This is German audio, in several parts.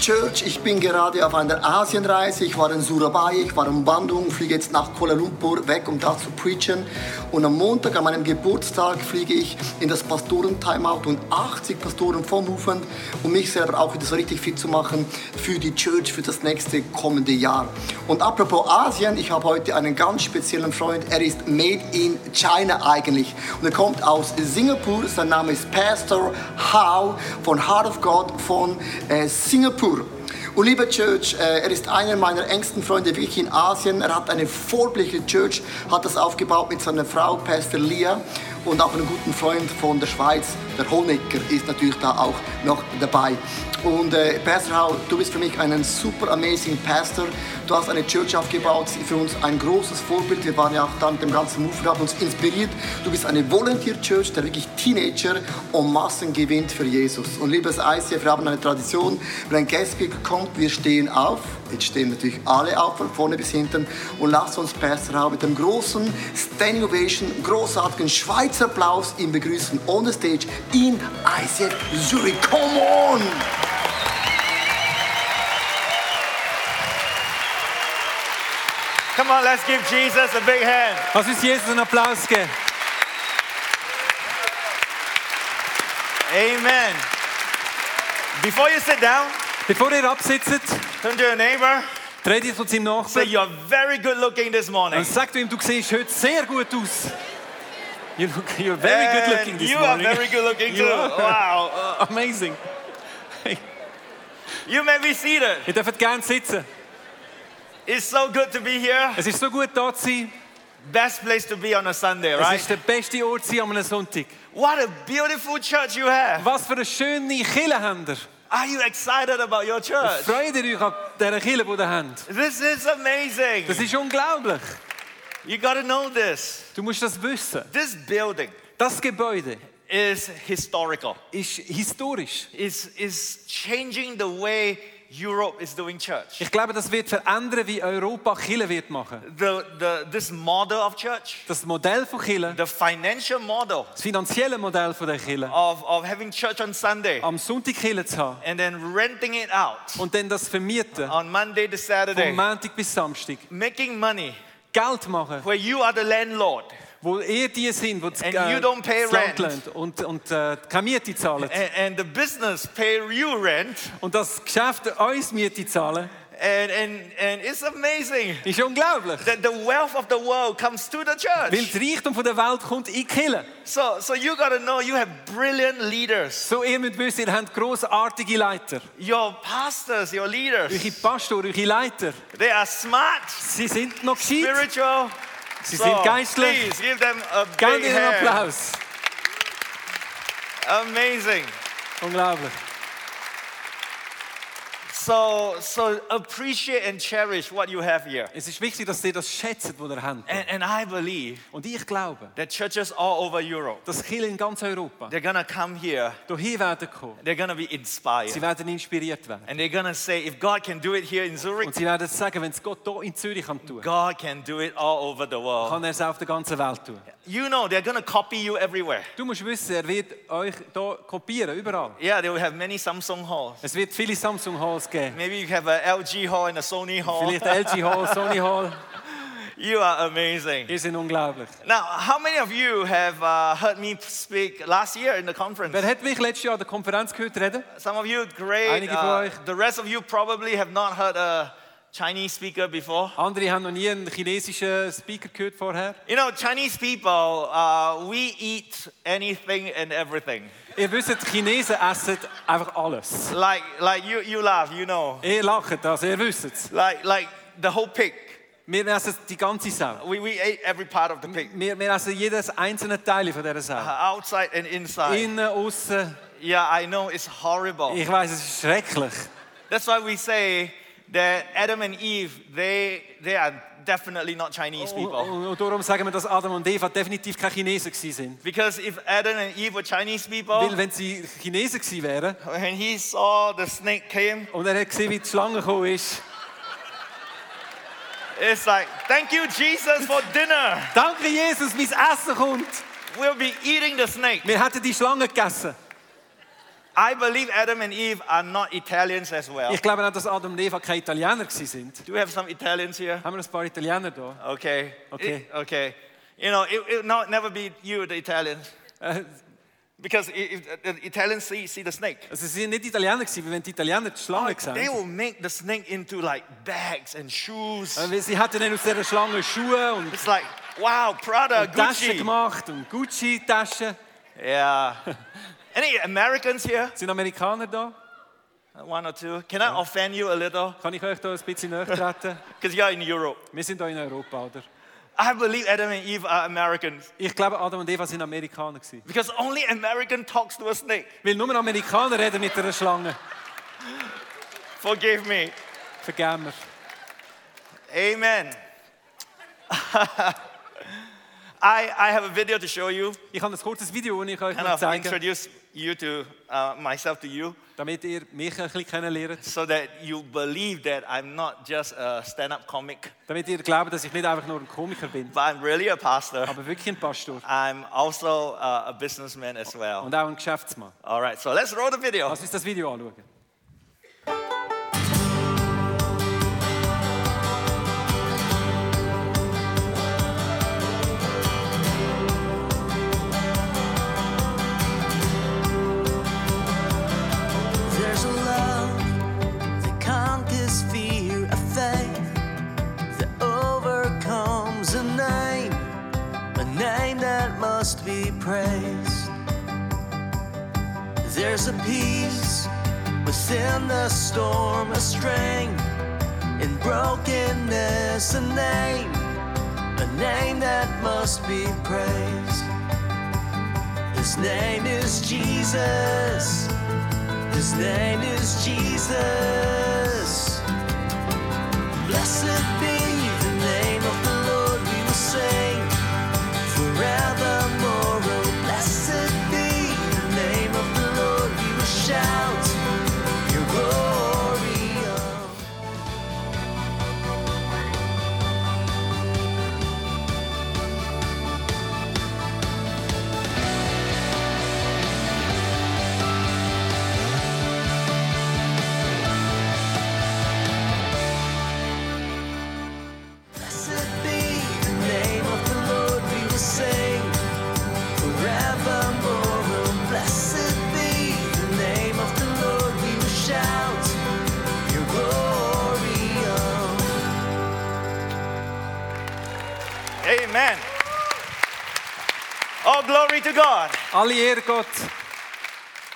Church. Ich bin gerade auf einer Asienreise. Ich war in Surabaya, ich war in Bandung, fliege jetzt nach Kuala Lumpur weg, um da zu preachen. Und am Montag, an meinem Geburtstag, fliege ich in das Pastoren-Timeout und 80 Pastoren vom Movement, um mich selber auch wieder so richtig fit zu machen für die Church, für das nächste kommende Jahr. Und apropos Asien, ich habe heute einen ganz speziellen Freund. Er ist made in China eigentlich. Und er kommt aus Singapur. Sein Name ist Pastor Hao von Heart of God von äh, Singapur. Und liebe Church, äh, er ist einer meiner engsten Freunde wirklich in Asien. Er hat eine vorbliche Church, hat das aufgebaut mit seiner Frau Pastor Lia und auch einen guten Freund von der Schweiz, der Honecker, ist natürlich da auch noch dabei. Und äh, Pastor Hau, du bist für mich ein super amazing Pastor. Du hast eine Church aufgebaut, sie für uns ein großes Vorbild. Wir waren ja auch dann mit dem ganzen Move, wir haben uns inspiriert. Du bist eine Volunteer Church, der wirklich Teenager und Massen gewinnt für Jesus. Und liebes ICF, wir haben eine Tradition, wenn ein Guestpick kommt, wir stehen auf. Jetzt stehen natürlich alle auf, von vorne bis hinten. Und lasst uns Pastor Hau mit dem großen Standing Ovation, großartigen Schweizer Applaus ihn begrüßen on the stage in ICF Zurich. Come on! Come on, let's give Jesus a big hand. Lass uns Jesus einen Applaus geben. Amen. Before you sit down, Bevor ihr absitzt, turn to your neighbor. dreht ihr zu seinem Say Nachbarn you're very good looking this morning. und sagt ihm, du siehst heute sehr gut aus. You look, you're very good looking And this you morning. are very good looking too. You are. Wow. Amazing. You may be seated. Ihr dürft gerne sitzen. It's so good to be here. Es ist so gut, da zu sein. Best place to be on a Sunday, Es right? ist der beste Ort zu sein an einem Sonntag. What a beautiful church you have. Was für eine schöne Kirche habt ihr. Are you excited about your church? Freut ihr euch an dieser Kirche, die ihr habt? This is amazing. Das ist unglaublich. You gotta know this. Du musst das wissen. This building Das Gebäude is historical. ist historisch. It's, it's changing the way Europe is doing church. Ich glaube, das wird verändern, wie Europa Kirche wird machen. The, the, this model of church, Das Modell von Kirche, the financial model das finanzielle Modell von der Kirche, of, of having church on Sunday am Sonntag Kirche zu haben and then renting it out und dann das vermieten, on Monday to vom Saturday, Montag bis Samstag. making money Geld machen, where you are the landlord wo ihr die sind, die das, And you don't pay das Land rent. lassen und, und äh, keine Miete zahlen. and, and the business pay you rent. Und das Geschäft uns Miete zahlen, And, and, and it's amazing ist unglaublich. that the wealth of the world comes to the Weil church. das Reichtum von der Welt kommt in die Kirche. So, so you gotta know you have brilliant leaders. So ihr müsst wissen, ihr habt grossartige Leiter. Your pastors, your leaders, Eure Pastoren, eure Leiter, they are smart, sie sind noch gescheit. spiritual. Sie sind geistlich. Please give them a Gebt big ihnen einen hand. Applaus. Amazing. Unglaublich. So, so appreciate and cherish what you have here. Es ist wichtig, dass ihr das schätzt, was ihr habt. And, and I believe Und ich glaube, that churches all over Europe, dass Kirchen in ganz Europa they're gonna come here, hierher werden kommen. they're gonna be Sie inspired. werden inspiriert werden. And they're gonna say, if God can do it here in Zurich, Und sie werden sagen, wenn es Gott hier in Zürich kann tun kann, God can do it all over the world. kann er es auf der ganzen Welt tun. You know, they're gonna copy you everywhere. Du musst wissen, er wird euch hier kopieren, überall. Yeah, they will have many Samsung halls. Es wird viele Samsung Halls geben. Maybe you have a LG hall and a Sony hall. Vielleicht LG Hall, Sony Hall. You are amazing. Ihr seid unglaublich. Now, how many of you have uh, heard me speak last year in the conference? Wer hat mich letztes Jahr an der Konferenz gehört reden? Some of you, great. Einige von Uh, euch. the rest of you probably have not heard a Chinese speaker before. Andere haben noch nie einen chinesischen Speaker gehört vorher. You know, Chinese people, uh, we eat anything and everything. Ihr wisst, die Chinesen essen einfach alles. Like, like you, you laugh, you know. Ihr lacht, also ihr wisst es. Like, like the whole pig. Wir essen die ganze Sau. We, we ate every part of the pig, Wir, wir essen jedes einzelne Teil von dieser uh, Sau. outside and inside. Innen, außen. yeah, I know it's horrible. Ich weiß, es ist schrecklich. That's why we say that Adam and Eve, they, they are definitely not Chinese Und, people. und, und darum sagen wir, dass Adam und Eva definitiv keine Chinesen gewesen sind. Because if Adam and Eve were Chinese Weil people, wenn sie Chinesen gewesen wären when he saw the snake came, und er hat gesehen, wie die Schlange gekommen ist, it's like, thank you, Jesus, for dinner. danke Jesus, mein Essen kommt. We'll be eating the snake. Wir hätten die Schlange gegessen. I believe Adam and Eve are not Italians as well. Ich glaube auch, dass Adam und Eva keine Italiener waren. Do we have some Italians here? Haben wir ein paar Italiener da? Okay. Okay. It- okay. You know, it, it not never be you, the Italians, Äh, because i if the Italians see, see the snake, Also sie waren nicht Italiener, gewesen, weil wenn die Italiener die they Schlange gesehen will make the snake into like bags and shoes. haben. Äh, Sie hatten dann aus dieser Schlange Schuhe und It's like, wow, Prada, Taschen Ah, Gucci. gemacht und Gucci-Taschen. Yeah. Any Americans here? Sind Amerikaner da? Uh, One or two. Can I offend you a little? Kann ich euch da ein bisschen näher treten? Because you're in Europe. Wir sind hier in Europa, oder? I believe Adam and Eve are Americans Ich glaube, Adam und Eva sind Amerikaner. Gewesen. because only American talks to a snake. Weil nur Amerikaner reden mit einer Schlange. Forgive me. Vergeben wir. Amen. I, I have a video to show you, Ich habe ein kurzes Video, das ich euch and will I'll zeigen introduce you to uh, myself to you, damit ihr mich ein bisschen kennenlernt. so that you believe that I'm not just a stand-up comic, Damit ihr glaubt, dass ich nicht einfach nur ein Komiker bin, but I'm really a pastor. aber wirklich ein Pastor I'm also uh, a businessman as well. und auch ein Geschäftsmann. All right, so let's roll the video. Lass uns das Video anschauen. There's a love that conquers fear, a faith that overcomes a name, a name that must be praised. There's a peace within the storm, a strength in brokenness, a name, a name that must be praised. His name is Jesus. His name is Jesus. Blessed be the name of the Lord, we will sing forevermore. Oh, blessed be the name of the Lord, we will shout your glory. Oh. Blessed be the name of the Lord, we will sing forevermore. Oh, blessed be the name of the Lord, we will shout your glory. Oh. Amen. All glory to God. Alle Ehre Gott.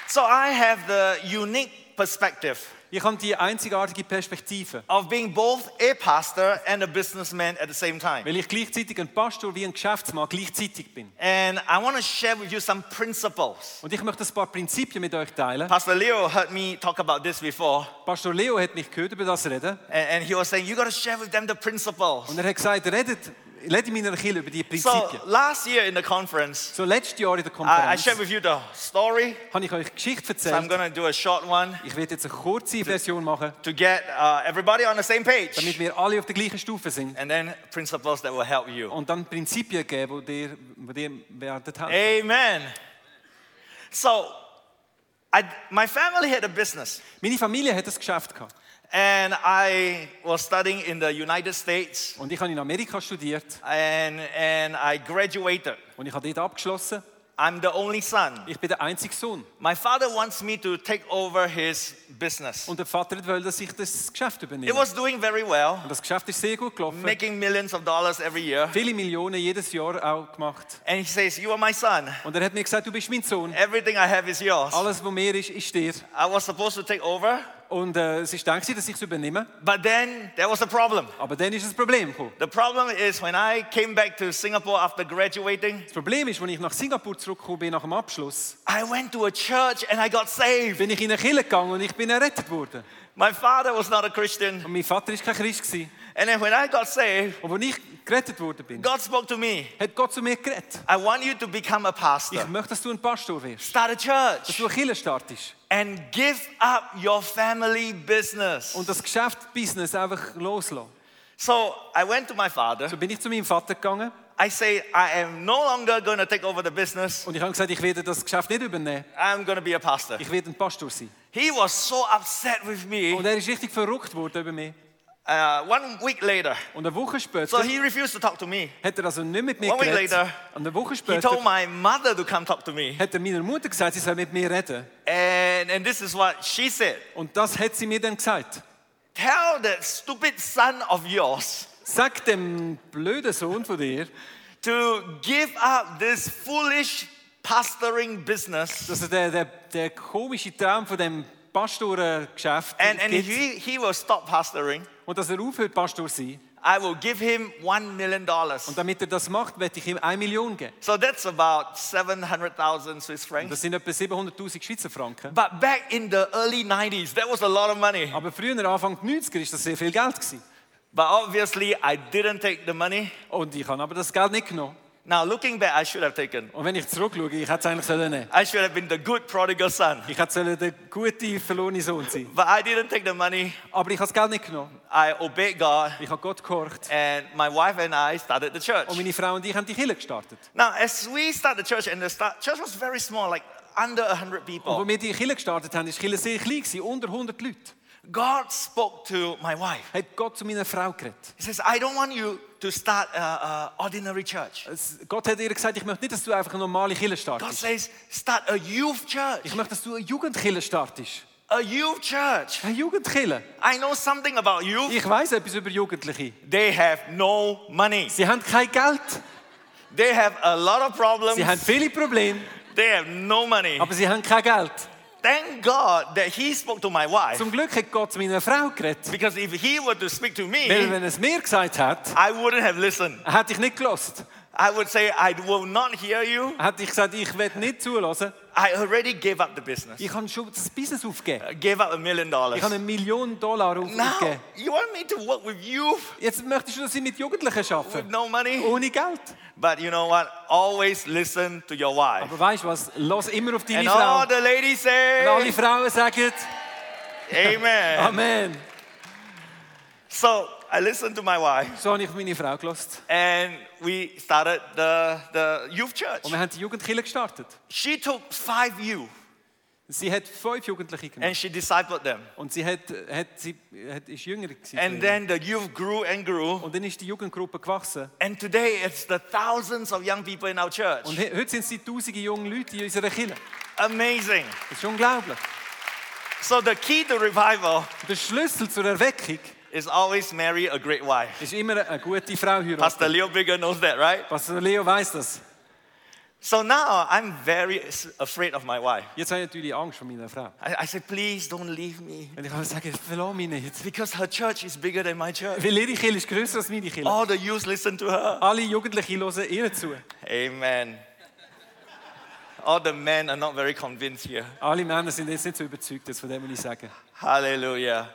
So I have the unique perspective Ich habe die einzigartige Perspektive, of being both a pastor and a businessman at the same time. weil ich gleichzeitig ein Pastor wie ein Geschäftsmann gleichzeitig bin. And I want to share with you some principles. Und ich möchte ein paar Prinzipien mit euch teilen. Pastor Leo heard me talk about this before, Pastor Leo hat mich gehört über das reden and, and he was saying, You got to share with them the principles. und er hat gesagt, redet, redet in meiner Kirche über die So Prinzipien. last year in the conference, So letztes Jahr in der Ah, I, I Konferenz shared with you the story. habe ich euch eine Geschichte So I'm erzählt. going to do a short one Ich werde jetzt eine kurze Version machen, to get uh, everybody on the same damit page. wir alle auf der gleichen Stufe sind. And then principles that will help you. Und dann Prinzipien geben, die dir, die dir werden helfen. Amen. So, I, my family had a business, Meine Familie hat ein Geschäft gehabt. and I was studying in the United States, Und ich habe in Amerika studiert and, and I graduated. und ich habe dort abgeschlossen. I'm the only son. Ich bin der einzige Sohn. My father wants me to take over his business. Und der Vater wollte, dass ich das It Geschäft übernehme. was doing very well, Und das Geschäft ist sehr gut gelaufen. making millions of dollars every year. Viele Millionen jedes Jahr auch gemacht. And he says, You are my son. Und er hat mir gesagt, du bist mein Sohn. Everything I have is yours. Alles, was mehr ist, ist dir. I was supposed to take over, Und äh, es ist gedacht, dass ich es übernehme. but then there was a problem. Aber dann ist ein Problem gekommen. The problem is when I came back to Singapore after graduating, Das Problem ist, als ich nach Singapur zurückgekommen bin, nach dem Abschluss, I went to a church and I got saved. bin ich in eine Kirche gegangen und ich bin errettet worden. My father was not a Christian. Und mein Vater war kein Christ. Gewesen. And then when I got saved, Und als ich gerettet worden bin, God spoke to me. hat Gott zu mir geredet. I want you to become a Ich pastor. möchte, dass du ein Pastor wirst. Start a Dass church du eine Kirche startest. and give up your family business. Und das Geschäft, Business einfach loslassen. So I went to my father. So bin ich zu meinem Vater gegangen. I say, I am no longer going to take over the business. Und ich habe gesagt, ich werde das Geschäft nicht übernehmen. I'm going to be a pastor. Ich werde ein Pastor sein. He was so upset with me Und er ist richtig verrückt worden über mich. uh, one week later. Und eine Woche später So he refused to talk to me. hat er also nicht mit mir One week geredet. later, Und eine Woche He told später my mother to come talk to me. hat er meiner Mutter gesagt, sie soll mit mir reden. And, and this is what she said Und das hat sie mir dann gesagt. Tell that stupid son of yours Sag dem blöden Sohn von dir, to give up this foolish pastoring business. dass er den, den, den komischen Traum von dem Pastorengeschäft And, and if gibt he, he will stop pastoring, und dass er aufhört, Pastor zu sein. I will give him $1 million. Und damit er das macht, werde ich ihm 1 Million geben. So that's about 700,000 Swiss Und francs. Das sind etwa 700'000 Schweizer Franken. But back in the early 90s, that was a lot of money. Aber früher, Anfang der 90er, ist das sehr viel Geld. Gewesen. But obviously, I didn't take the money. Und ich habe aber das Geld nicht genommen. Now, looking back, I should have taken. Und wenn ich zurückschaue, ich hätte es eigentlich sollen nehmen I should have been the good prodigal son. Ich hätte sollen der gute, verlorene Sohn sein But I didn't take the money. Aber ich habe das Geld nicht genommen. I obeyed God, Ich habe Gott gehorcht. and my wife and I started the church. Und meine Frau und ich haben die Kirche gestartet. Now, as we started the church, and the start, church was very small, like under 100 Und people, als wir die Kirche gestartet haben, war die Kirche sehr klein, gewesen, unter 100 Leute. God spoke to my wife. Hat Gott zu meiner Frau geredet. He says, I don't want you to start an uh, ordinary church. Es- Gott hat ihr gesagt, ich möchte nicht, dass du einfach eine normale Kirche God startest. says, start a youth church. Ich möchte, dass du eine Jugendkirche startest. A youth church. Eine Jugendkirche. I know something about youth. Ich weiß etwas über Jugendliche. They have no money. Sie haben kein Geld. They have a lot of problems. Sie haben viele Probleme, They have no money. aber sie haben kein Geld. Thank God that he spoke to my wife. Zum Glück hat Gott zu meiner Frau geredet. Because if he were to speak to Weil me, wenn er es mir gesagt hat, I wouldn't have listened. hätte ich nicht gelost. I would say, I will not hear you. Hätte ich gesagt, ich werde nicht zulassen. I already gave up the business. Ich habe schon das Business aufgegeben. I gave up a million dollars. Ich habe eine Million Dollar Now, aufgegeben. you want me to work with you Jetzt möchtest du, dass ich mit Jugendlichen with arbeite. no money? Ohne Geld. But you know what? Always listen to your wife. Aber weißt du was? Lass immer auf deine And Frau. all the ladies Und alle say, Frauen sagen Amen. Amen. So I listened to my wife, So habe ich auf meine Frau gelost. and we started the, the youth church. Und wir haben die Jugendkirche gestartet. She took five youth Sie hat fünf Jugendliche and gemacht. she discipled them. Und sie, hat, hat, sie hat, ist jünger gewesen. And then the youth grew and grew. Und dann ist die Jugendgruppe gewachsen. And today it's the thousands of young people in our church. Und he- heute sind es die tausende jungen Leute in unserer Kirche. Amazing. Das ist unglaublich. So the key to revival Und Der Schlüssel zur Erweckung is always marry a great wife. ist immer eine gute Frau heiraten. Pastor Leo Bigger knows that, right? Pastor Leo weiß das. So now uh, I'm very s- afraid of my wife. Jetzt habe ich natürlich Angst vor meiner Frau. I, I said, please don't leave me. Und ich habe gesagt, verlass mich nicht. Because her church is bigger than my church. Weil ihre Kirche ist grösser als meine Kirche. All the youth listen to her. Alle Jugendlichen hören ihr zu. Amen. All the men are not very convinced here. Alle Männer sind jetzt nicht so überzeugt jetzt von dem, was ich sage. Hallelujah.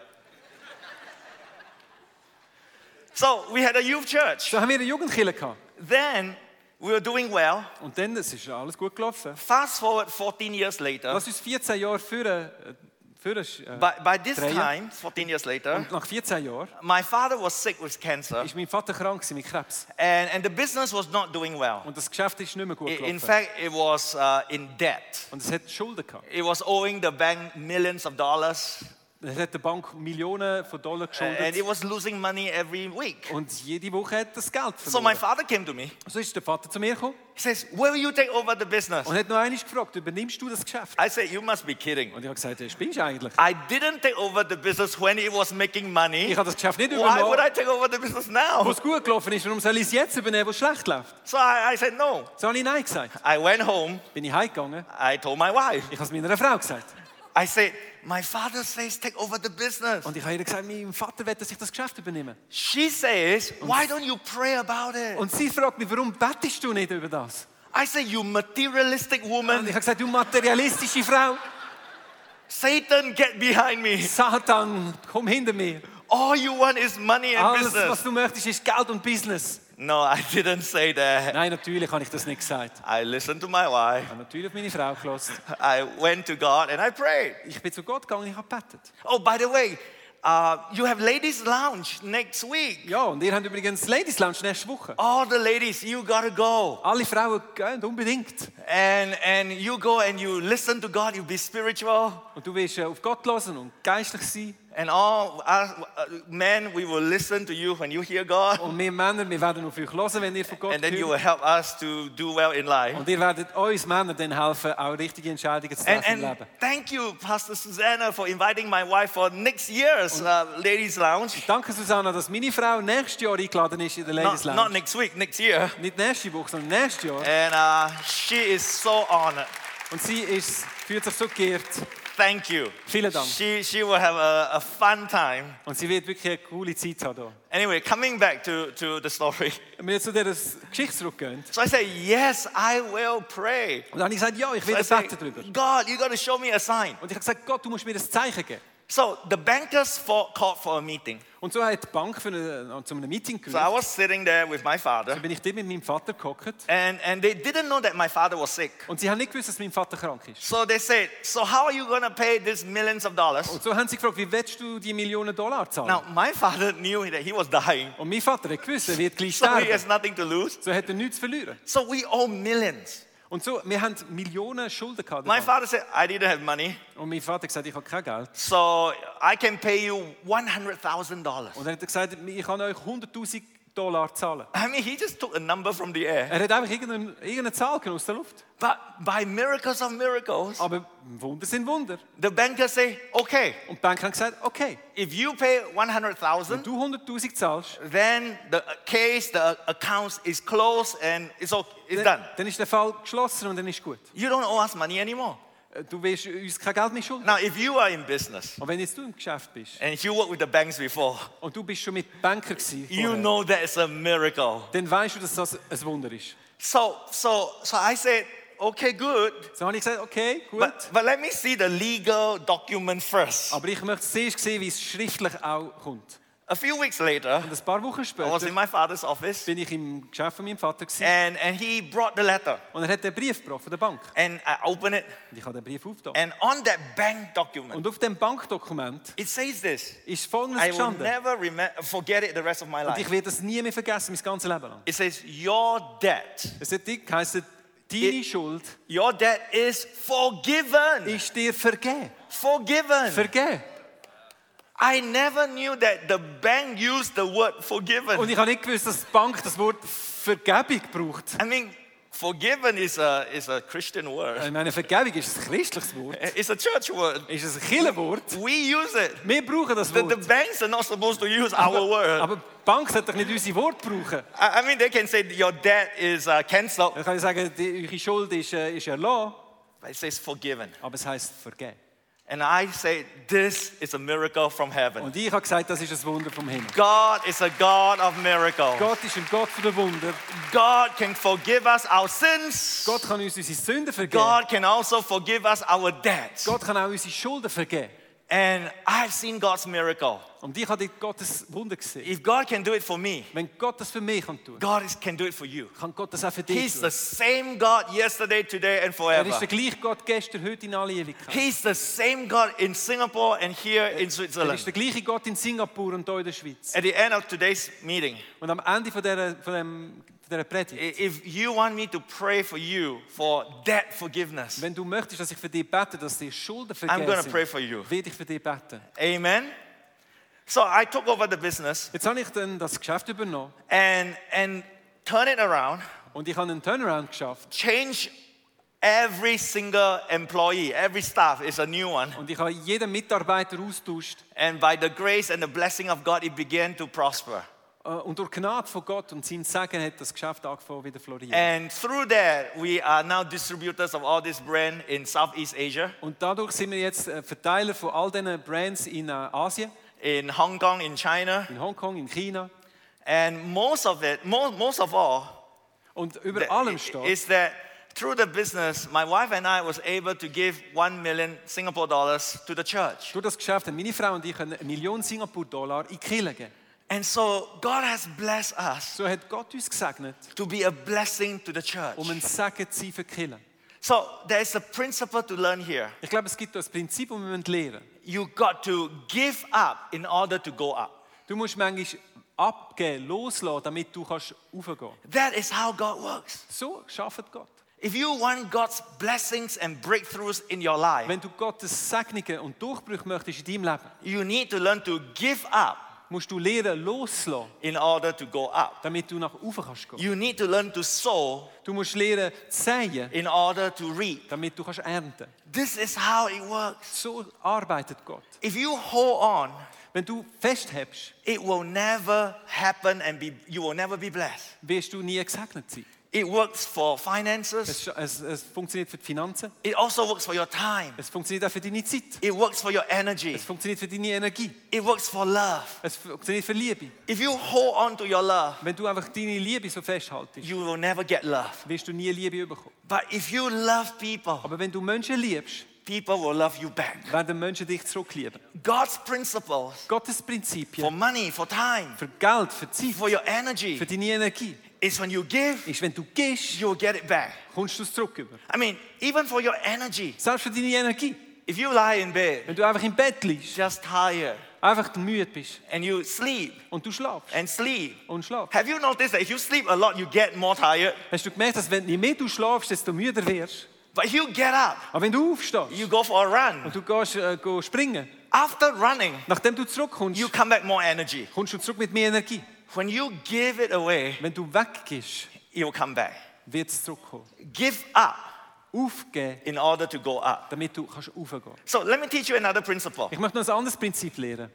So we had a youth church. So haben wir eine Jugendkirche gehabt. Then we were doing well. Und dann es ist alles gut gelaufen. Fast forward 14 years later. Lass uns 14 Jahre für, für äh, By, by this Drei. time, 14 years later, Und nach 14 Jahren my father was sick with cancer, ist mein Vater krank gewesen mit Krebs. and, and the business was not doing well. Und das Geschäft ist nicht mehr gut I- gelaufen. In fact, it was uh, in debt. und es hat Schulden gehabt. It was owing the bank millions of dollars, Es hat der Bank Millionen von Dollar and geschuldet. it was losing money every week. und jede Woche hat das Geld So my verloren. father came to me. so ist der Vater zu mir gekommen He says, "Will you take over the business?" und hat noch einmal gefragt, übernimmst du das Geschäft? I said, "You must be kidding." Und ich habe gesagt, hey, spinnst du eigentlich? I didn't take over the business when it was making money. Ich habe das Geschäft nicht Why would übernommen. I take over the business Wo now? es gut gelaufen ist, warum soll ich es jetzt übernehmen, wo es schlecht läuft? So I, I said no. So habe ich Nein gesagt. I went home. Bin ich heimgegangen, I told my wife. ich habe es meiner Frau gesagt. I said, my father says take over the business. Und ich habe ihr gesagt, mein Vater will, dass ich das Geschäft übernehme. She says, why don't you pray about it? Und sie fragt mich, warum bettest du nicht über das? I say, you materialistic Und ich woman, habe gesagt, du materialistische Frau, Satan, get behind me. Satan, komm hinter mir. All you want is money and Alles, was business. du möchtest, ist Geld und Business. No, I didn't say that. Nein, natürlich habe ich das nicht gesagt. I listened to my wife. Ich habe natürlich auf meine Frau gelassen. I went to God and I prayed. Ich bin zu Gott gegangen, ich habe gebetet. Oh, by the way, Uh, you have ladies' lounge next week. Ja, und ihr habt übrigens Ladies Lounge nächste Woche. All the ladies, you gotta go. Alle Frauen gehen unbedingt. And, and you go and you listen to God, you be spiritual. Und du wirst äh, auf Gott hören und geistlich sein. And all us uh, men, we will listen to you when you hear God. Und wir Männer, wir werden auf euch hören, wenn ihr von Gott And then you will hören. help us to do well in life. Und ihr werdet uns Männer dann helfen, auch richtige Entscheidungen zu And, treffen im and Leben. thank you, Pastor Susanna, for inviting my wife for next year's uh, Ladies Lounge. Danke, Susanna, dass meine Frau nächstes Jahr eingeladen ist in der Not, ne- Ladies Lounge. not next week, next year. Nicht nächste Woche, sondern nächstes Jahr. And uh, she is so honored. Und sie ist, fühlt sich so geehrt. Thank you. Vielen Dank. She, she will have a, a fun time. Und sie wird wirklich eine coole Zeit haben Anyway, coming back to, to the story. hier. Wenn wir zu dieser S- Geschichte zurückgehen, So I said, Yes, I will pray. dann habe ich gesagt, ja, ich So I werde say, beten darüber. Und God, you got to show me a sign. ich habe gesagt, Gott, du musst mir ein Zeichen geben. So the bankers for, called for a meeting. Und so hat die Bank für eine, äh, zu einem Meeting So I gerufen. was sitting there with my father, Dann bin ich dort mit meinem Vater gehockt. and, and they didn't know that my father was sick. Und sie haben nicht gewusst, dass mein Vater krank ist. So they said, So how are you going to pay these millions of dollars? Und so haben sie gefragt, wie willst du die Millionen Dollar zahlen? Now, my father knew that he was dying, Und mein Vater hat gewusst, er wird gleich so he sterben. has nothing to lose. So hat er nichts zu verlieren. So we owe millions. Und so, wir haben Millionen Schulden gehabt. My father said, I didn't have money, Und mein Vater hat gesagt, ich habe kein Geld. so I can pay you $100,000. Und dann hat er gesagt, ich kann euch 100'000 Dollar zahlen. I mean, he just took a number from the air. Er hat einfach irgendeine, irgendeine Zahl genommen aus der Luft. But by miracles of miracles, Aber Wunder sind Wunder. the banker say, okay, Und die Bank hat gesagt, okay, if you pay wenn 100,000, du 100'000 zahlst, then the case, the accounts is closed and it's, okay, it's done. dann, dann ist der Fall geschlossen und dann ist gut. You don't owe us money anymore. Äh, Du wirst uns kein Geld mehr schulden. Now, if you are in business Und wenn jetzt du im Geschäft bist and if you worked with the banks before, und du bist schon mit Banker gewesen, you vorher, know that it's a miracle. dann weißt du, dass das ein Wunder ist. So, so, so I said, okay, good, So habe ich gesagt, okay, gut. but, but let me see the legal document first. aber ich möchte zuerst sehen, wie es schriftlich auch kommt. A few weeks later, Und ein paar Wochen I was in später my father's office bin ich im Geschäft von meinem Vater gewesen, and, and he brought the letter und er hat den Brief gebracht von der Bank. and I opened it. Und ich habe den Brief aufgetan. And on that bank document, Und auf dem Bankdokument it says this ist Folgendes I will gestanden. never remem- forget it the rest of my Und ich life. werde das nie mehr vergessen, mein ganzes Leben lang. It says, Your debt, Es hat dick geheißen, deine Ich- Schuld your debt is forgiven. ist dir vergeben. Forgiven. Vergeben. I never knew that the bank used the word Und forgiven. ich habe nicht gewusst, dass die Bank das Wort Vergebung braucht. I mean, forgiven is a, is a Christian word, Eh, Ich meine, Vergebung ist ein christliches Wort. it's a church word. Äh, Ist ein Killenwort. We use it. Wir brauchen das The, the Wort. banks are not supposed to use our word. Aber die Bank sollte doch nicht unser Wort brauchen. I, I mean, they can say your debt is uh, cancelled, Dann kann ich sagen, die, eure Schuld ist, äh, ist erlassen, but it says forgiven. aber es heisst vergeben. And I say, this is a miracle from heaven. Und ich habe gesagt, das ist ein Wunder vom Himmel. God is a God of miracles. Gott ist ein Gott der Wunder. God can forgive us our sins. Gott kann uns unsere Sünden vergeben. God can also forgive us our debts. Gott kann auch unsere Schulden vergeben. And I've seen God's miracle. Und ich habe dort Gottes Wunder gesehen. If God can do it for me, Wenn Gott das für mich kann tun kann, God is, can do it for you. kann Gott das auch für dich He's the tun. same God yesterday, today, and Er ist forever. der gleiche Gott gestern, heute in alle Ewigkeit. He's the same God in Singapore and here in Er ist Switzerland. der gleiche Gott in Singapur und hier in der Schweiz. At the end of today's meeting, Und am Ende von dieser, von dem, von dieser i- Predigt, if you want me to pray for you for debt forgiveness, wenn du möchtest, dass ich für dich bete, dass dir Schulden I'm vergeben going to pray sind, for you. werde ich für dich beten. Amen. So I took over the business Jetzt habe ich dann das Geschäft übernommen and and turn it around, und ich habe einen Turnaround geschafft. change every single employee, every staff is a new one. Und ich habe jeden Mitarbeiter austauscht. And by the grace and the blessing of God, it began to prosper. äh, Und durch Gnade von Gott und sein Segen hat das Geschäft angefangen wieder zu florieren. And through that, we are now distributors of all this brand in Southeast Asia, Und dadurch sind wir jetzt äh, Verteiler von all diesen Brands in äh, Asien, in Hong Kong, in China, in Hongkong, in China. and most of it, most, most of all, Und über that- allem steht, is that through the business, my wife and I was able to give one million Singapore dollars to the church. durch das Geschäft haben meine Frau und ich eine Million Singapur-Dollar in die Kirche gegeben. And so God has blessed us So hat Gott uns gesegnet, to be a blessing to the church. um ein Segen zu sein für die Kirche. So there's a principle to learn here. Ich glaube, es gibt ein Prinzip, das wir lernen müssen. You got to give up in order to go up. Du musst manchmal abgeben, loslassen, damit du kannst aufgehen kannst. That is how God works. So schafft Gott. If you want God's blessings and breakthroughs in your life, Wenn du Gottes Segnungen und Durchbrüche möchtest in deinem Leben, you need to learn to give up musst du lernen, loslassen, in order to go up. damit du nach oben kannst gehen. You need to learn to sow Du musst lernen, zu säen, in order to reap. damit du kannst ernten. This is how it works. So arbeitet Gott. If you hold on, Wenn du festhebst, it will never happen and be, you will never be blessed. wirst du nie gesegnet sein. It works for finances. Es, es, es funktioniert für die Finanzen, It also works for your time. es funktioniert auch für deine Zeit, It works for your energy. es funktioniert für deine Energie, It works for love. es funktioniert für Liebe. If you hold on to your love, Wenn du einfach deine Liebe so festhaltest, you will never get love. wirst du nie Liebe bekommen. But if you love people, Aber wenn du Menschen liebst, people will love you back. werden Menschen dich zurücklieben. God's principles Gottes for Prinzipien money, for time, für Geld, für Zeit, for your für energy deine Energie is when you give, ist, wenn du gehst, you'll get it back. kommst du es zurück über. I mean, even for your energy. Selbst für deine Energie. If you lie in bed, Wenn du einfach im Bett liegst, just tired, einfach müde bist and you sleep und du schlafst and sleep, und schlafst. have you noticed that if you sleep a lot, you get more tired? Hast du gemerkt, dass wenn je mehr du schlafst, desto müder wirst? But if you get up, Aber wenn du aufstehst you go for a run. und du gehst, äh, go springen, After running, nachdem du zurückkommst, you come back more energy. kommst du zurück mit mehr Energie. When you give it away, Wenn du weggehst, it will come back. wird es zurückkommen. Give up Aufgeben, in order to go up. damit du kannst aufgehen. So let me teach you another principle. Ich möchte noch ein anderes Prinzip lernen.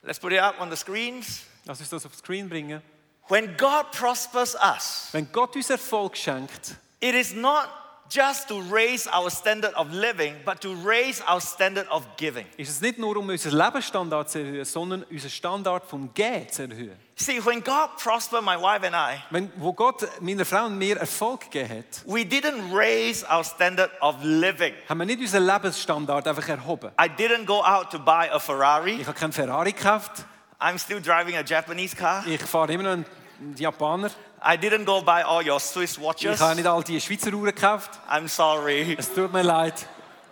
Let's put it up on the screens. Lass uns das auf den Screen bringen. When God prospers us, Wenn Gott uns Erfolg schenkt, it is not just to raise our standard of living, but to raise our standard of giving. ist es nicht nur, um unseren Lebensstandard zu erhöhen, sondern unseren Standard vom Gehen zu erhöhen. See, when God prospered my wife and I, Wenn, wo Gott meiner Frau und mir Erfolg gegeben hat, we didn't raise our standard of living. haben wir nicht unseren Lebensstandard einfach erhoben. I didn't go out to buy a Ferrari. Ich habe keinen Ferrari gekauft, I'm still driving a Japanese car. ich fahre immer noch einen Japaner, I didn't go buy all your Swiss ich watches. habe nicht all die Schweizer Uhren gekauft. I'm sorry. Es tut mir leid.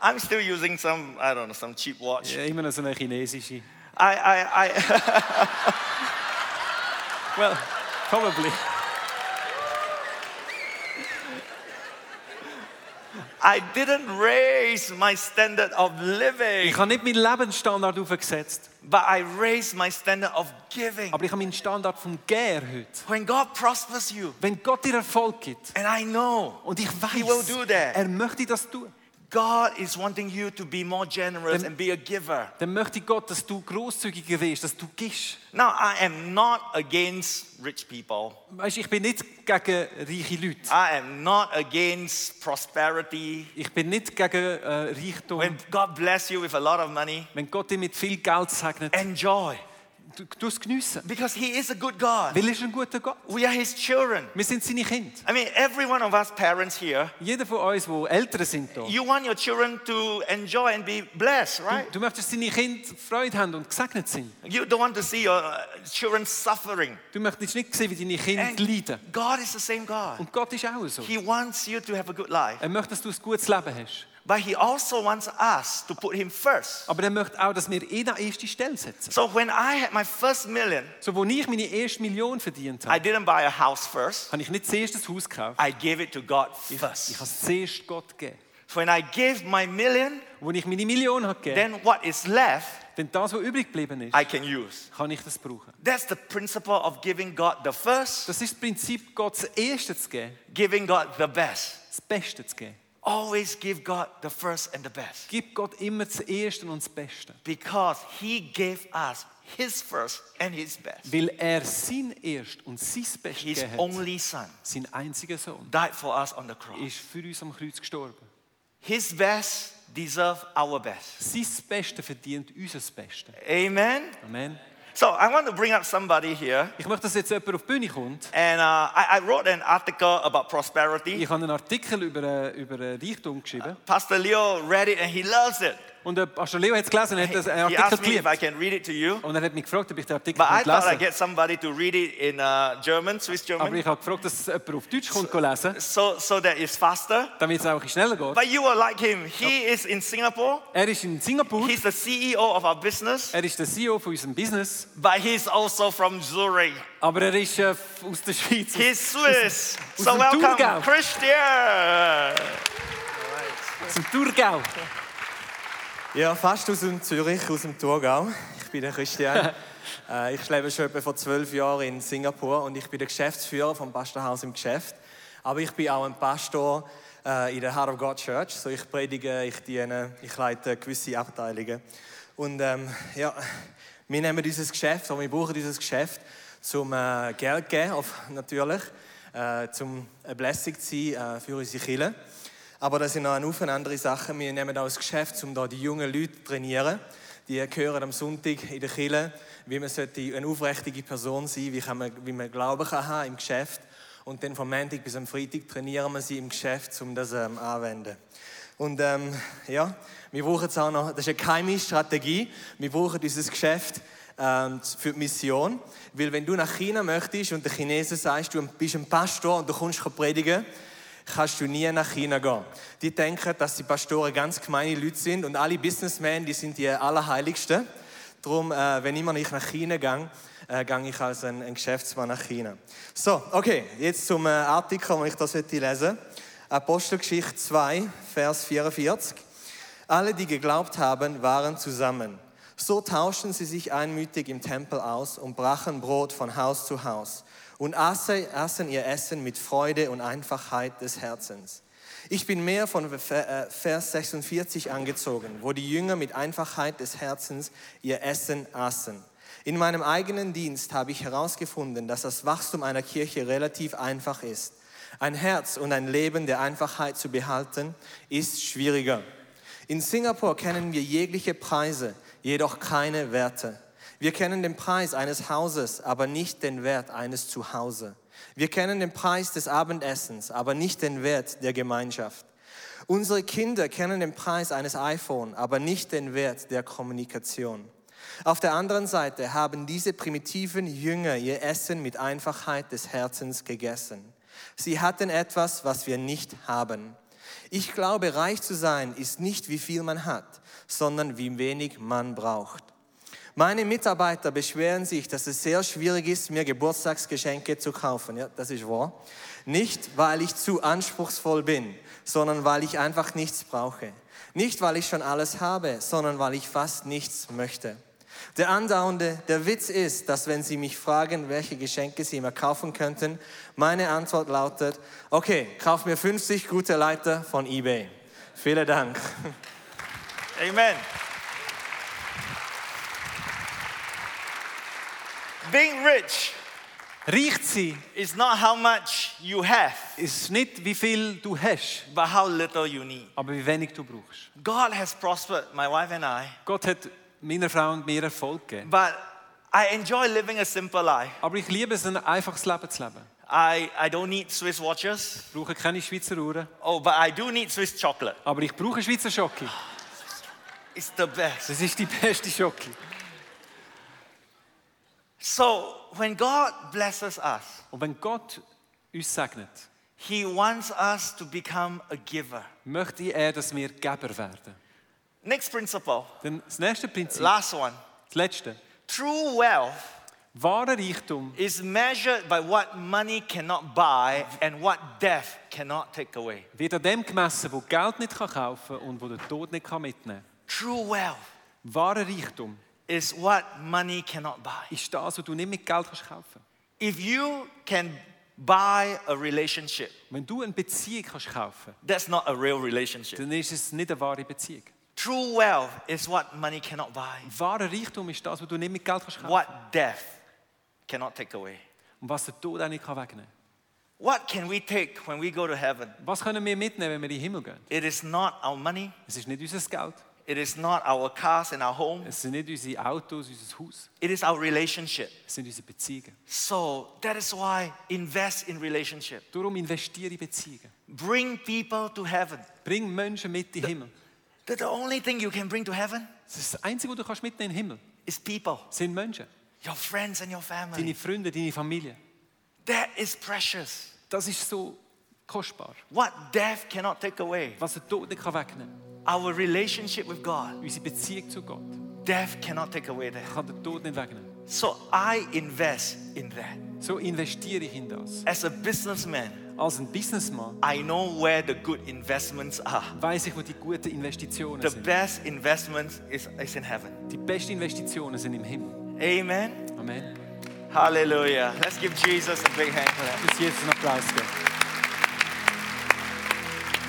I'm still using some, I don't know, some cheap watch. Ja, Immer noch so eine chinesische. I, I, I, Well, probably. I didn't raise my standard of living, Ich habe nicht meinen Lebensstandard aufgesetzt, but I raised my standard of giving. aber ich habe meinen Standard vom Gehen erhöht. When God prospers you, Wenn Gott dir Erfolg gibt, and I know und ich He will do weiß, that. er möchte das tun, God is wanting you to be more generous Then- and be a giver. dann möchte Gott, dass du großzügiger wirst, dass du gibst. Now, I am not against rich people. Weißt, du, ich bin nicht gegen reiche Leute. I am not against prosperity. Ich bin nicht gegen äh, Reichtum. When God bless you with a lot of money, Wenn Gott dir mit viel Geld segnet, enjoy du du es geniessen. because He is a good God. Weil er ist ein guter Gott. We are His children. Wir sind seine Kinder. I mean, every one of us parents here, Jeder von uns, der Eltern sind hier, you want your children to enjoy and be blessed, du, right? du möchtest deine Kinder Freude haben und gesegnet sind. You don't want to see your uh, children suffering. Du möchtest nicht sehen, wie deine Kinder And leiden. God is the same God. Und Gott ist auch so. He wants you to have a good life, Er möchte, dass du ein gutes Leben hast. but He also wants us to put Him first. Aber er möchte auch, dass wir ihn an erste Stelle setzen. So when I had my first million, So, wo ich meine erste Million verdient I habe, didn't buy a house first. habe ich nicht zuerst ein Haus gekauft. I gave it to God Ich, ich first. habe es zuerst Gott gegeben. When I gave my million, Wo ich meine Million habe gegeben then what is left, denn das, was übrig geblieben ist, I can use. kann ich das brauchen. That's the principle of giving God the first, Das ist das Prinzip, Gott das Erste zu geben, giving God the best. das Beste zu geben. Always give God the first and the best Gib Gott immer das Erste und das Beste, because He gave us His first and His best. weil er sein Erst und sein Best His gegeben hat. only Son Sein einziger Sohn died for us on the cross. ist für uns am Kreuz gestorben. His best deserves our best. Sein Beste verdient unser Beste. Amen. Amen. So I want to bring up somebody here, Ich möchte, dass jetzt jemand auf die Bühne kommt. and uh, I, I wrote an article about prosperity. Ich habe einen Artikel über, äh, über äh, Reichtum geschrieben. Pastor Leo read it and he loves it. Und der Pastor Leo hat es gelesen, er hat das He Artikel asked me if I geliebt. can read it to you. Und er hat mich gefragt, ob ich den Artikel But I lesen thought I'd könnte. get somebody to read it in uh, German, Swiss Aber German, ich habe gefragt, dass jemand auf Deutsch kommt lesen so, so that it's faster. damit es auch ein bisschen schneller geht. But you are like him. He is in Singapore. Er ist in Singapur, He's the CEO of our business, er ist der CEO von unserem Business, but he's also from Zurich. aber er ist äh, f- aus der Schweiz. He's Swiss. Who's So the tour welcome, guy? Christian. Zum Thurgau. Ja, fast aus dem Zürich, aus dem Thurgau. Ich bin der Christian. äh, ich lebe schon etwa vor zwölf Jahren in Singapur und ich bin der Geschäftsführer vom Pastorhaus im Geschäft. Aber ich bin auch ein Pastor äh, in der Heart of God Church. So ich predige, ich diene, ich leite gewisse Abteilungen. Und ähm, ja, wir nehmen dieses Geschäft, oder wir brauchen dieses Geschäft zum äh, Geld geben, auf, natürlich, äh, zum eine Blessung zu sein äh, für unsere Kirche. Aber das sind noch ein Haufen andere Sachen. Wir nehmen auch das Geschäft, um da die jungen Leute zu trainieren. Die hören am Sonntag in der Kirche, wie man sollte eine aufrichtige Person sein wie kann man, wie man Glauben kann haben im Geschäft. Und dann vom Montag bis am Freitag trainieren wir sie im Geschäft, um das ähm, anwenden. Und ähm, ja, wir brauchen es auch noch, das ist eine geheime Strategie, wir brauchen dieses Geschäft ähm, für die Mission. Weil wenn du nach China möchtest und der Chinesen sagst, du bist ein Pastor und du kommst predigen, kannst du nie nach China gehen. Die denken, dass die Pastoren ganz gemeine Leute sind und alle Businessmen, die sind die Allerheiligsten. Darum, äh, wenn immer ich nach China gehe, äh, gehe ich als ein, ein Geschäftsmann nach China. So, okay, jetzt zum äh, Artikel, wo ich das heute lesen Apostelgeschichte 2, Vers 44. Alle, die geglaubt haben, waren zusammen. So tauschten sie sich einmütig im Tempel aus und brachen Brot von Haus zu Haus und aßen, aßen ihr Essen mit Freude und Einfachheit des Herzens. Ich bin mehr von Ver- äh, Vers 46 angezogen, wo die Jünger mit Einfachheit des Herzens ihr Essen aßen. In meinem eigenen Dienst habe ich herausgefunden, dass das Wachstum einer Kirche relativ einfach ist. Ein Herz und ein Leben der Einfachheit zu behalten, ist schwieriger. In Singapur kennen wir jegliche Preise, jedoch keine Werte. Wir kennen den Preis eines Hauses, aber nicht den Wert eines Zuhause. Wir kennen den Preis des Abendessens, aber nicht den Wert der Gemeinschaft. Unsere Kinder kennen den Preis eines iPhone, aber nicht den Wert der Kommunikation. Auf der anderen Seite haben diese primitiven Jünger ihr Essen mit Einfachheit des Herzens gegessen. Sie hatten etwas, was wir nicht haben. Ich glaube, reich zu sein ist nicht, wie viel man hat, sondern wie wenig man braucht. Meine Mitarbeiter beschweren sich, dass es sehr schwierig ist, mir Geburtstagsgeschenke zu kaufen. Ja, das ist wahr. Nicht, weil ich zu anspruchsvoll bin, sondern weil ich einfach nichts brauche. Nicht, weil ich schon alles habe, sondern weil ich fast nichts möchte. Der andauernde, der Witz ist, dass wenn Sie mich fragen, welche Geschenke Sie mir kaufen könnten, meine Antwort lautet, okay, kauf mir 50 gute Leiter von eBay. Vielen Dank. Amen. Being rich Reicht sie is not how much you have, ist nicht, wie viel du hast, but how little you need. aber wie wenig du brauchst. God has prospered my wife and I, Gott hat meiner Frau und mir Erfolg gegeben. but I enjoy living a simple life. Aber ich liebe es, ein einfaches Leben zu leben. I, I don't need Swiss watches. Ich brauche keine Schweizer Uhren, Oh, but I do need Swiss chocolate. aber ich brauche Schweizer Schocke. It's the best. Das ist die beste Schocke. So when God blesses us, Und wenn Gott uns segnet, He wants us to become a giver. möchte er, dass wir Geber werden. Next principle, Denn das nächste Prinzip, last one. das letzte, True wealth wahrer Reichtum is measured by what money cannot buy and what death cannot take away. wird an dem gemessen, wo Geld nicht kann kaufen und wo der Tod nicht kann mitnehmen kann. True wealth Wahrer Reichtum is what money cannot buy. ist das, was du nicht mit Geld kannst kaufen If you can buy a relationship, Wenn du eine Beziehung kannst kaufen that's not a real relationship. dann ist es nicht eine wahre Beziehung. True wealth is what money cannot buy, Wahrer Reichtum ist das, was du nicht mit Geld kannst kaufen what death cannot take away. und was der Tod auch nicht kann wegnehmen kann. What can we take when we go to heaven? Was können wir mitnehmen, wenn wir in den Himmel gehen? It is not our money, Es ist nicht unser Geld, it is not our cars and our home, es sind nicht unsere Autos, unser Haus, it is our relationship. es sind unsere Beziehungen. So that is why invest in relationship. Darum investiere in Beziehungen. Bring people to heaven. Bring Menschen mit in den Himmel. that the only thing you can bring to heaven Das, ist das Einzige, was du kannst mitnehmen in den Himmel, is people, sind Menschen. your friends and your Deine family. Freunde, deine Familie. That is precious. Das ist so kostbar. What death cannot take away. Was der Tod nicht kann wegnehmen kann. Our relationship with God, Unsere Beziehung zu Gott death cannot take away that. kann der Tod nicht wegnehmen. So I invest in that. So investiere ich in das. As a businessman, Als ein Businessman I know where the good investments are. weiß ich, wo die guten Investitionen The sind. best investment is, is in heaven. Die besten Investitionen sind im Himmel. Amen. Amen. Hallelujah. Let's give Jesus a big hand for that. Lass uns Jesus einen Applaus geben.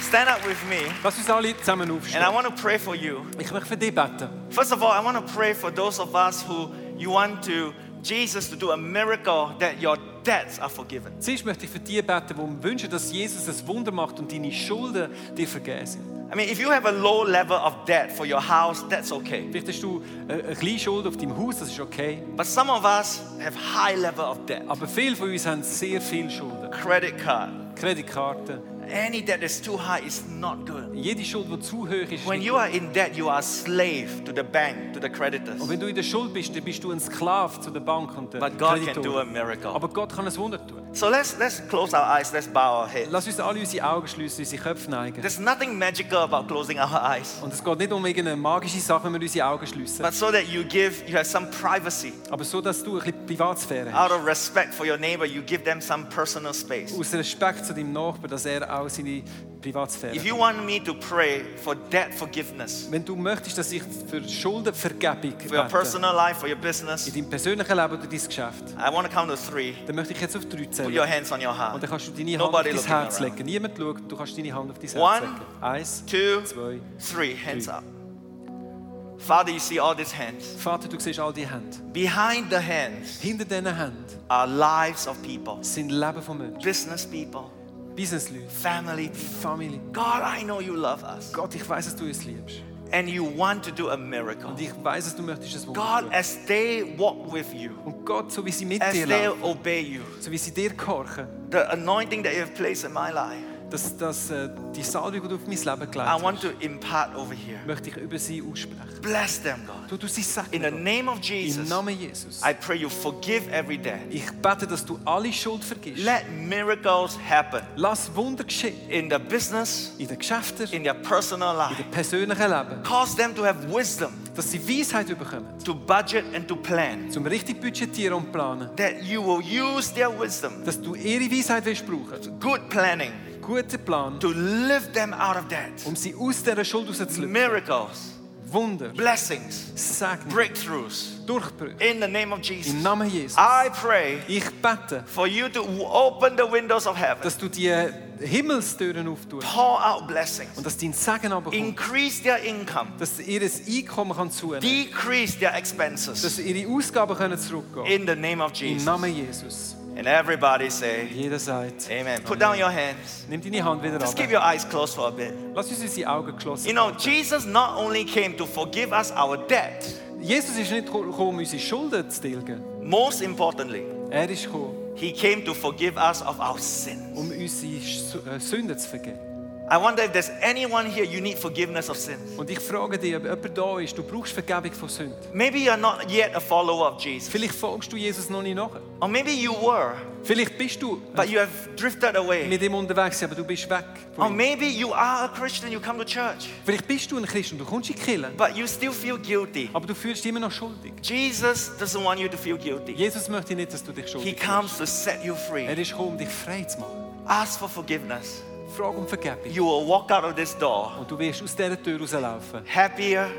Stand up with me, Lass uns alle zusammen and I aufstehen. want to pray for you. Ich möchte für dich beten. First of all, I want to pray for those of us who you want to Jesus to do a miracle that your debts are forgiven. Zuerst möchte ich für die beten, die wünschen, dass Jesus ein Wunder macht und deine Schulden dir vergeben sind. I mean, if you have a low level of debt for your house, that's okay. Vielleicht hast du äh, eine kleine Schuld auf deinem Haus, das ist okay. But some of us have high level of debt. Aber viele von uns haben sehr viele Schulden. Credit card. Kreditkarten. Any debt that's too high is not good. Jede Schuld, die zu hoch ist, ist. When nicht you gut. are in debt, you are a slave to the bank, to the creditors. Und wenn du in der Schuld bist, dann bist du ein Sklave zu der Bank und den But God can do a Kreditoren. miracle. Aber Gott kann ein Wunder tun. So let's let's close our eyes, let's bow our heads. Lass uns alle unsere Augen schließen, unsere Köpfe neigen. There's nothing magical about closing our eyes. Und es geht nicht um irgendeine magische Sache, wenn wir unsere Augen schließen. But so that you give you have some privacy. Aber so, dass du ein bisschen Privatsphäre hast. Out of respect for your neighbor, you give them some personal space. aus Respekt zu deinem Nachbarn, dass er auch seine Privatsphäre If hat. you want me to pray for debt forgiveness, Wenn du möchtest, dass ich für Schuldenvergebung for your bete, personal life, for your in business, deinem persönlichen Leben oder deinem Geschäft, I want to count to three. dann möchte ich jetzt auf drei Put your zählen. hands on your Und heart. dann kannst du deine Hand Nobody auf looking dein Herz around. legen. Niemand schaut, du kannst deine Hand auf dein Herz One, legen. Eins, two, zwei. Three hands Three. up. Father, you see all these hands. Vater, du siehst all die Hände. Behind the hands Hinter diesen Händen are lives of people, sind Leben von Menschen, business people, Businessleute, family people. Familie. God, I know you love us Gott, ich weiß, dass du uns liebst. and you want to do a miracle. Und ich weiß, dass du möchtest, dass God, wir as they walk with you, Und Gott, so wie sie mit as dir they laufen, obey you, so wie sie dir gehorchen, the anointing that you have placed in my life, dass, dass äh, die Salbung, die du auf mein Leben gelegt I hast, want to impart over here. möchte ich über sie aussprechen. Bless them, God. Du, du sie sagst In the name of im Jesus, Namen Jesus. I pray you forgive every debt. Ich bete, dass du alle Schuld vergisst. Let miracles happen Lass Wunder geschehen in the business, in den Geschäften, in in their personal life. den persönlichen Leben, Cause them to have wisdom dass sie Weisheit bekommen, to budget and to plan. zum richtig budgetieren und planen, That you will use their wisdom, dass du ihre Weisheit willst brauchen, good planning, guten Plan, to lift them out of debt. um sie aus dieser Schuld rauszulösen. Miracles, Wunder, blessings, Segen, breakthroughs. Durchbrüche. In the name of Jesus, Im Namen Jesus. I pray Ich bete, for you to open the windows of heaven, dass du die Himmelstüren auftust pour out blessings, und dass dein Segen runterkommt, increase their income, dass ihr Einkommen kann zunehmen kann. decrease their dass expenses. ihre Ausgaben können zurückgehen In the E name of Im Jesus. Namen Jesus. And everybody say, Jeder sagt. Amen. Put down your hands. Nimm deine Hand wieder Just keep ab. your eyes closed for a bit. Lass uns unsere Augen geschlossen. You know, Jesus not only came to forgive us our debt, Jesus ist nicht gekommen, um unsere Schulden zu tilgen. most importantly, Er ist gekommen, he came to forgive us of our sin. um unsere Sch- äh, Sünden zu vergeben. I wonder if there's anyone here you need forgiveness of sins. Und ich frage dich, ob jemand da ist, du brauchst Vergebung von Sünden. Maybe you're not yet a follower of Jesus. Vielleicht folgst du Jesus noch nicht nach. Or maybe you were, Vielleicht bist du but you have drifted away. mit ihm unterwegs, aber du bist weg. Or von ihm. maybe you are a Christian, you come to church, Vielleicht bist du ein Christ und du kommst in die Kirche, but you still feel guilty. aber du fühlst dich immer noch schuldig. Jesus doesn't want you to feel guilty. Jesus möchte nicht, dass du dich He schuldig fühlst. comes to set you Er free. ist gekommen, um dich frei zu machen. Ask for forgiveness. Frag um Vergebung. You will walk out of this door Und du wirst aus dieser Tür rauslaufen. happier,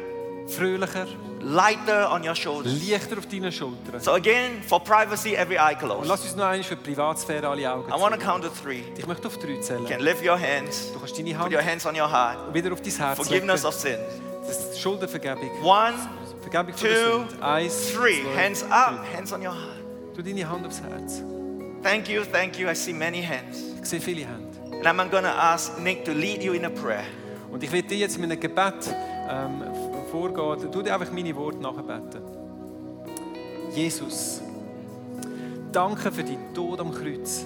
Fröhlicher, lighter on your shoulders. leichter auf deinen Schultern. So again, for privacy, every eye Und closed. lass uns noch einmal für die Privatsphäre alle Augen I want to zu. count to three. Ich möchte auf drei zählen. You can lift your hands, Du kannst deine put your Hand hands on your heart. wieder auf dein Herz legen. Forgiveness of sin. Das ist Schuldenvergebung. One, Vergebung für two, Sünden. Eins, three. zwei, Hands up, hands on your heart. drei. Tu deine Hand aufs Herz. Thank you, thank you. I see many hands. Ich sehe viele Hände. And I'm going to ask Nick to lead you in a prayer. Und ich werde dir jetzt mit einem Gebet ähm, v- vorgehen. Tu dir einfach meine Worte nachbeten. Jesus, danke für deinen Tod am Kreuz.